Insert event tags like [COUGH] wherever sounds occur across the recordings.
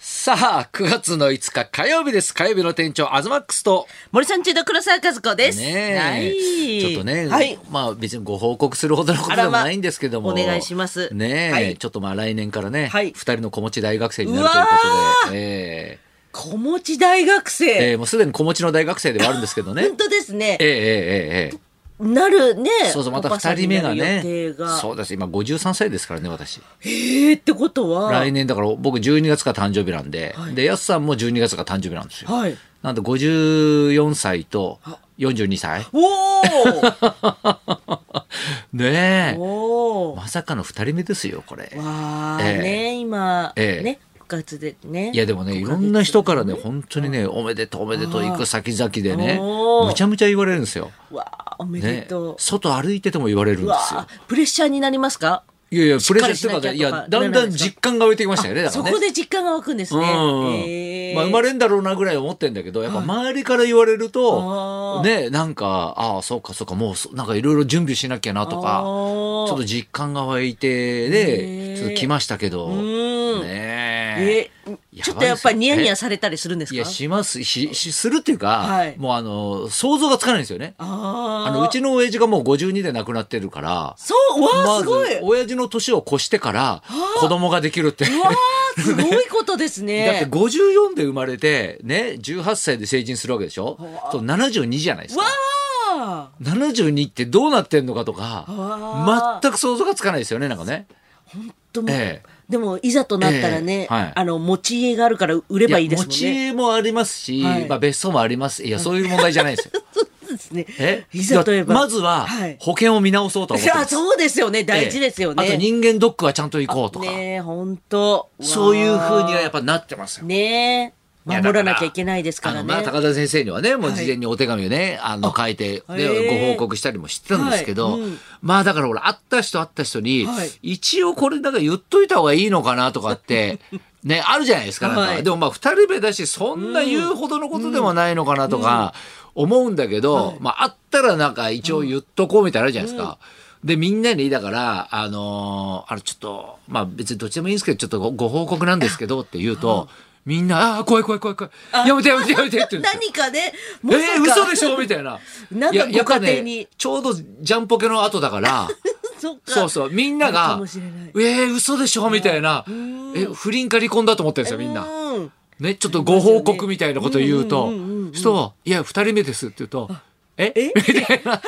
さあ、9月の5日火曜日です。火曜日の店長、アズマックスと。森さん中の黒沢和子です。ねえ、はい。ちょっとね、はい。まあ別にご報告するほどのことあでらもまないんですけども。お願いしますねえ、はいちょっとまあ来年からね、はい2人の子持ち大学生になるということで、え子持ち大学ええ生。えもうすでに子持ちの大学生ではあるんですけ [LAUGHS] どね。本当ですねえ。ええええええなるね。え。そうそう、またおばさ2んに人目がなるね予定が。そうです。今53歳ですからね、私。ええってことは。来年だから僕12月が誕生日なんで、で、やすさんも12月が誕生日なんですよ。 [LAUGHS] はい。なんで54歳と42歳。おーねえ。おー。まさかの2人目ですよ、これ。わあ、ええね今、ええね部活でね。いやでもね、いろんな人からね、本当にね、おめでとうおめでとう行く先々でね、おーむちゃむちゃ言われるんですよ。わあ、おめでねとう。、外歩いてても言われるんうでわすよあ。、プレッシャーになりますか。いやいや、しプっレかゼンりしトなきゃがとかね、いや、だんだん実感が湧いてきましたよね、だかそらね。こで実感が湧くんですうね。んええまあ、生まれんだろうなぐらい思ってんだけどやっぱ周りから言われると、あーねなんかああそうかそうかもうそなんかいろいろ準備しなきゃなとかあちーょっと実感が湧いてでへーちょっと来ましたけどうんねええちょっとやっぱりニヤニヤすされたりするんですいかやしますししするっていうか、はいもうあの想像がつかないんですよねあああのうちの親父がもう52で亡くなってるからそううわーますずごい、親父の年を越してから子供ができるってうわーすごいことで [LAUGHS] すだってね54で生まれて、ね、18歳で成人するわけでしょそう ?72 じゃないですかわ。あ72ってどうなってんのかとかわ、全く想像がつかないですよね、なんかね。でも,、ええでもいざとなったらね、ええはいあの持ち家があるから売ればいいですもん持ちね家もありますし、はいまあ別荘もあります。いや、そういう問題じゃないです [LAUGHS] よ。そうですねえいざといえばまずははい、保険を見直そうと思ってまあす。そうですよね大事ですよね、ええあと人間ドックはちゃんと行こうとか、ねえ本当そういうふうにはやっぱぱなってますよ。ねえいや守らなきゃいけないですからあのねまあ、高田先生にはね、もう事前にお手紙をね、あの、書いて、へで、ーご報告したりもしてたんですけど、はいうんまあ、だからほら、会った人会った人に、はい一応これなんか言っといた方がいいのかなとか [LAUGHS] って、ね、あるじゃないですか、なんか。はいでもまあ、二人目だし、そんな言うほどのことでもないのかなとか、思うんだけど、まあ、会ったらなんか一応言っとこうみたいなのあるじゃないですか。で、みんなに、だから、あのーあれちょっと、まあ別にどっちでもいいんですけど、ちょっとごご報告なんですけどって言うと、みんな、ああー、怖い怖い怖い怖い。やめてやめてやめてって言うんですよ。何かねまさかえー、嘘でしょみたいな。なんかいややっぱご家庭ねに、ちょうどジャンポケの後だから、 [LAUGHS] そっかそうそう、みんななるかがもしれない、えー、嘘でしょみたいな、え、不倫か離婚だと思ってるんですよ、みんな。うんね、ちょっとご報告みたいなこと言うとうんうんうんうんう、ん人は、いや、二人目ですって言うと、ええ [LAUGHS] みたい [LAUGHS] な。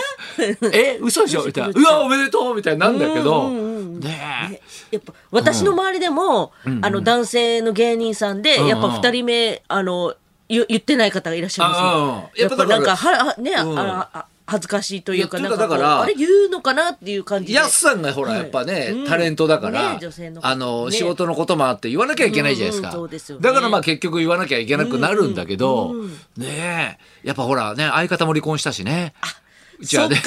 え嘘でしょみたいな。うわ、おめでとうみたいになんだけど、うんうんうんねえ。やっぱ私の周りでも、あの男性の芸人さんで、うんうんやっぱ2人目あのゆ言ってない方がいらっしゃいますああやっぱなんかやっははね、あうんああ恥ずかしいというかいやなんかこといううかだからあれ言うのかなっていう感じでやすさんがほらはいやっぱね、うんタレントだから、ね女性のあのね仕事のこともあって言わなきゃいけないじゃないですか、うんうんそうですよねだからまあ結局言わなきゃいけなくなるんだけど、うんうんうんねえやっぱほらね相方も離婚したしねうちはね [LAUGHS]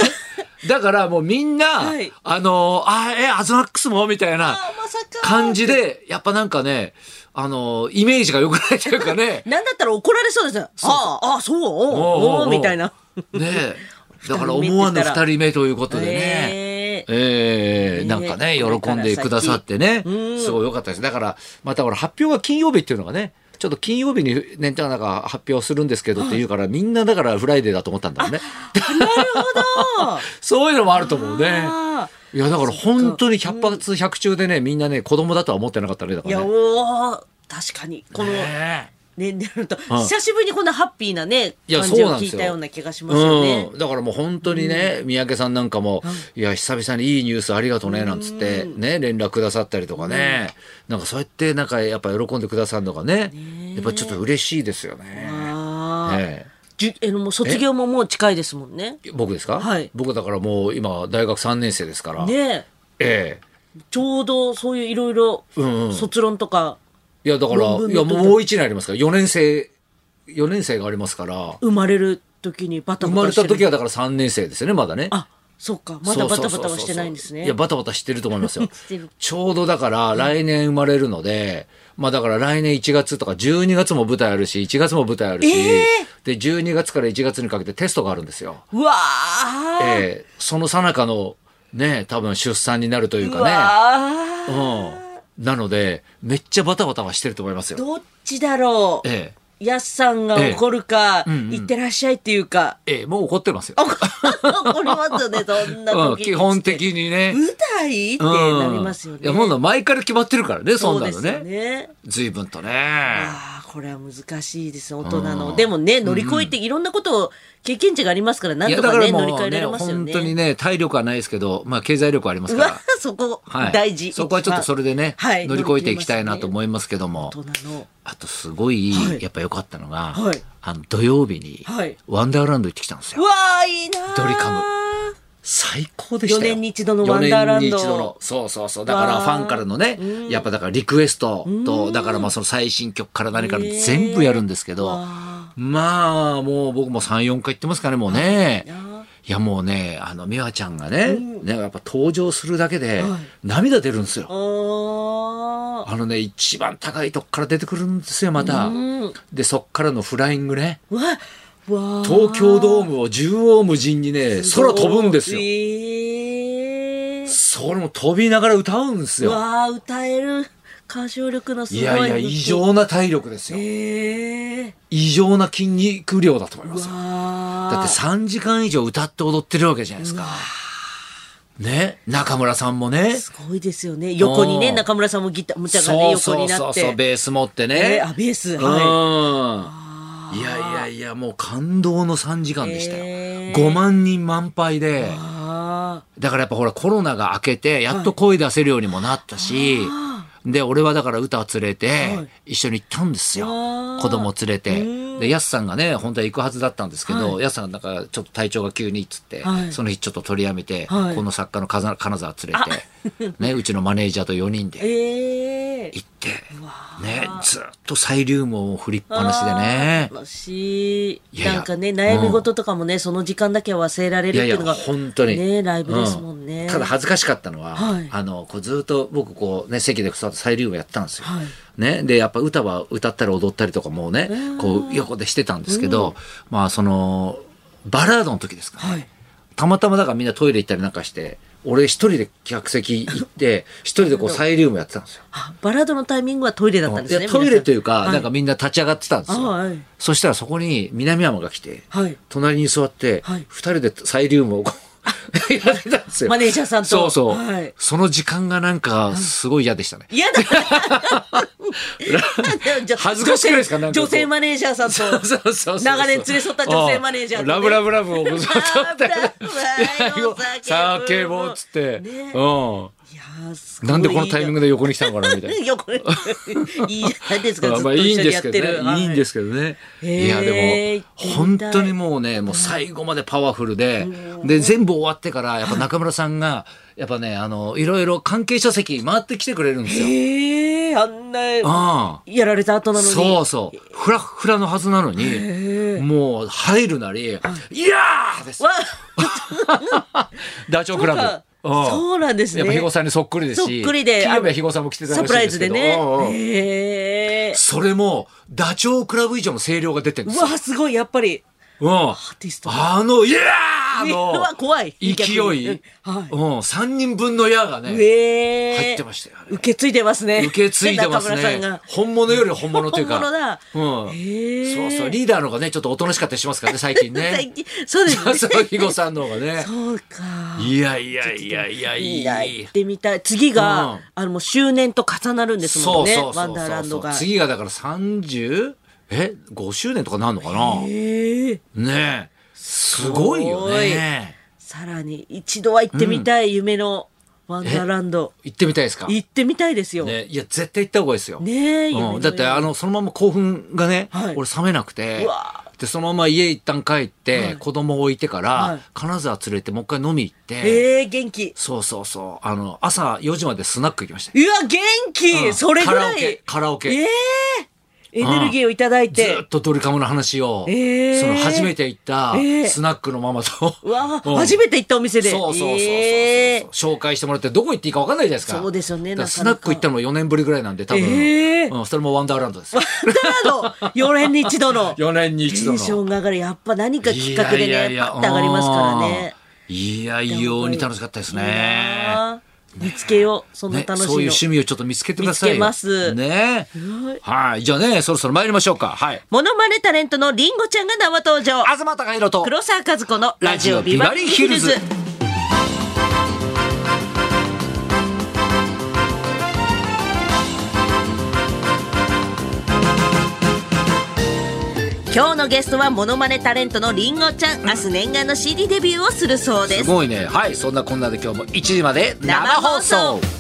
だからもうみんな、はいあのあえアズマックスもみたいなあまさか感じでやっぱなんかねあのイメージが良くないというかねなんだったら怒られそうですよああああそう [LAUGHS] おうおうおうみたいなねえ [LAUGHS] だから思わぬ二人目ということでね。 [LAUGHS] ええええねなんかね、これか喜らんでくださってね、うんすごい良かったです。だから、またほら、発表が金曜日っていうのがね、ちょっと金曜日にね、なんか発表するんですけどっていうから、みんなだからフライデーだと思ったんだろうね。あそういうのもあると思うね。あいや、だから本当に百発百中でね、みんなね、子供だとは思ってなかったね、だかいやらね。おー確かにこの、ねえ年齢のと、うん久しぶりにこんなハッピーなねいや感じそうをなんで聞いすよたような気がしますよねう。ん、だからもう本当にね、三宅さんなんかも、いや、久々にいいニュースありがとうね、なんつって、ね、連絡くださったりとかね、なんかそうやって、なんかやっぱ喜んでくださるのがね、やっぱちょっと嬉しいですよね。ああ、えじゅえのもう卒業ももう近いですもんね。え僕ですか、はい僕だからもう今、大学3年生ですから、ねええ。えちょうどそういういろいろんうん卒論とかいや、だから、論文いのや、時もう1年ありますから、4年生、4年生がありますから、生まれる時にバタ生バまタれしてたる。時はだから3年生ですよね、まだね。あそうかまだバタバタはしてないんですね。そうそうそうそういや、バタバタしてると思いますよ [LAUGHS] してる。ちょうどだから来年生まれるので、まあだから来年1月とか12月も舞台あるし、1月も舞台あるし、えで、12月から1月にかけてテストがあるんですよ。うわあ、ええその最中のね、多分出産になるといううかわね。あ、うん。なので、めっちゃバタバタはしてると思いますよ。どっちだろう、えやすさんが怒るか、ええうんうんいってらっしゃいっていうか、 [LAUGHS] え、ええ、もう怒ってますよ。怒怒りますよね、そんなうん、時。基本的にね。 [LAUGHS] 舞台ってなりますよね。うんいや、もうな前から決まってるからね、そそんうなでのすよね。ね。随分とね。ああ、これは難しいです、大人の。うんでもね、乗り越えていろんなことを経験値がありますから、ないんや、とだかからね、も乗り換うえらね、れますよ本ね。当にね、体力はないですけど、まあ、経済力はあります [LAUGHS] うかわら。、そこ、はい、大事。そこはちょっとそれでね、はい乗り越えていきたいなと思いますけども、大人の。あとすごい、はいやっぱ良かったのが、はいあの土曜日に、はいワンダーランド行ってきたんですうよ。わー、いいなードリカム最高でした4よ。年に一度のワンダーランド。 4年に一度のそうそうそうだからわフあァンからのねやっぱだからリクエストとだからまあその最新曲から何から全部やるんですけど、わまあもう僕も34回行ってますかねもうねいいないやもうねあの美和ちゃんがね,、ねやっぱ登場するだけではい涙出るんですよ、ああのね一番高いとこから出てくるんですよまた、うんでそっからのフライングねー。わ、わ東京ドームムを縦横無尽にね空飛ぶんですよえー、それも飛びながら歌うんですうよわー、歌える。歌唱力のすいごい。やいや異。常な体力ですよえー。異常な筋肉量だと思いますよわだって3時間以上歌って踊ってるわけじゃないですかね中村さんもねすごいですよね。横にね、うん中村さんもギター、むちゃそがね、う横そにうなそっうて。そうベース持ってねえーあ、ベース。うんはいやいやいやもう感動の3時間でしたよへー5万人満杯でい。あだからやっぱほらコロナが明けてやっと声出せるようにもなったし、で俺はだから歌連れはて一緒に行ったんですよ、あー子供連れうんてでやすさんがね本当は行くはずだったんですけど、はやすさんなんかちょっと体調が急にっつって、はいその日ちょっと取りやめて、はいこの作家の金金沢連れて、ね、うちのマネージャーと4人ーでえー。行って、わね、ずっとサイリウムを振りっぱなしでねあー楽しいいやいやなんかね悩み事とかもね、その時間だけは忘れられるいっやていやいうのが本当にねライブですもんね、うただ恥ずかしかったのは、はいあのこうずっと僕こうね席で座ってサイリウムやってたんですよ、はいね、でやっぱ歌は歌ったり踊ったりとかもうねこう横でしてたんですけど、まあそのバラードの時ですかね、はいたまたまだからみんなトイレ行ったりなんかして俺一人で客席行って一人でこうサイリウムやってたんですよ。あバラードのタイミングはトイレだったんですいねやトイレというか、皆さなんかみんな立ち上がってたんですよ、はいそしたらそこに南山が来て、はい隣に座って、はい二人でサイリウムをこうやってたんですよマネージャーさんとそうそう、はいその時間がなんかすごい嫌で [LAUGHS] したね、嫌だじゃあ [LAUGHS] 恥ずかしくないですかなんかこう女性マネージャーさんそうとそうそうそう長年連れ添った女性マネージャーとねラブラブラ [LAUGHS] ブをぶっ [LAUGHS] ラブラブを叫ぼうっつって、ねういやーすごん、いなんでこのタイミングでで横に来たのかなみたいな。いや [LAUGHS] これいいじゃないですかずまあっまあといい一ん緒にでやすってける、どね。いいんですけどね。へーいやでも本当に行ってみたいもうね、もう最後までパワフルで、で全部終わってからやっぱ中村さんがやっぱねあのいろいろ関係者席回ってきてくれるんですよ。へえあんなああ。やられた後なのにそうそう。フラフラのはずなのに、もう入るなり、いやーですわ。ダチョウ倶楽なんか部。うんそうなんですねやっぱ肥後さんにそっくりですし。そっくりで木あの部肥後さんも来てたらしいサんプライですズけでど。ねうんうんへえそれも、ダチョウ倶楽部以上の声量が出てるんでうすよわ。すごいやっぱりうん。アーティストあの、いやーうわの、怖い勢い、逆にうんはいうん、3人分の矢がね、ええ入ってましたよあれ受け継いでますね。受け継いでます中村さんねが。。本物より本物というか。本物だうん。へえそうそう、リーダーの方がね、ちょっとおとなしかったりしますからね、最近最ね。近そうです [LAUGHS] そうね。そう、肥後さんの方がね。そうか。いやいやいやいやいいいやな、行ってみたい。次が、うんあの、もう周年と重なるんですもんね。ワンダーランドが。次がだから 30? え5周年とかなんのかなへえねえすごいよねさらに、一度は行ってみたい、夢のワンダーランド。行ってみたいですか、行ってみたいですよ。ねね、いや絶対行った方がいいですよ、え、夢のうよん、だってあのそのまま興奮がね、はい俺冷めなくてうわでそのまま家一旦帰って、はい子供置いてから、はい金沢連れてもう一回飲み行って、ええ元気。そうそうそうあの朝4時までスナック行きましたようわ、元気、うんそれぐらカラオい。ケカラオケええエネルギーをいただいずて。っとドリカムの話を、えーその初めて行ったえースナックのママと、うわあ、うん初めて行ったお店で。そうそうそうそうそう、ええ紹介してもらってどこ行っていいか分かんないじゃないですかそうですよだねからなスかナなッかク行ったのも4年ぶりぐらいなんで多分、えーうん、それもワンダーランドですよだからの4年に一 [LAUGHS] 度の4年にテ一度ンのションが上がるやっぱ何かきっかけでねいやいやいやパッと上がりますからねうんいや異様に楽しかったですいいねな見つけよう。そんなね、楽しいそういうの。趣味をちょっと見つけてくださいよ見つけますねはいはいじゃあねそろそろ参りましょうかはいモノマネタレントのリンゴちゃんが生登場。東貴博と黒沢和子のラジオビバリーヒルズ。今日のゲストはモノマネタレントのリンゴちゃん。明日念願の CD デビューをするそうですす。ごいねはいそんなこんなで今日も1時まで生放送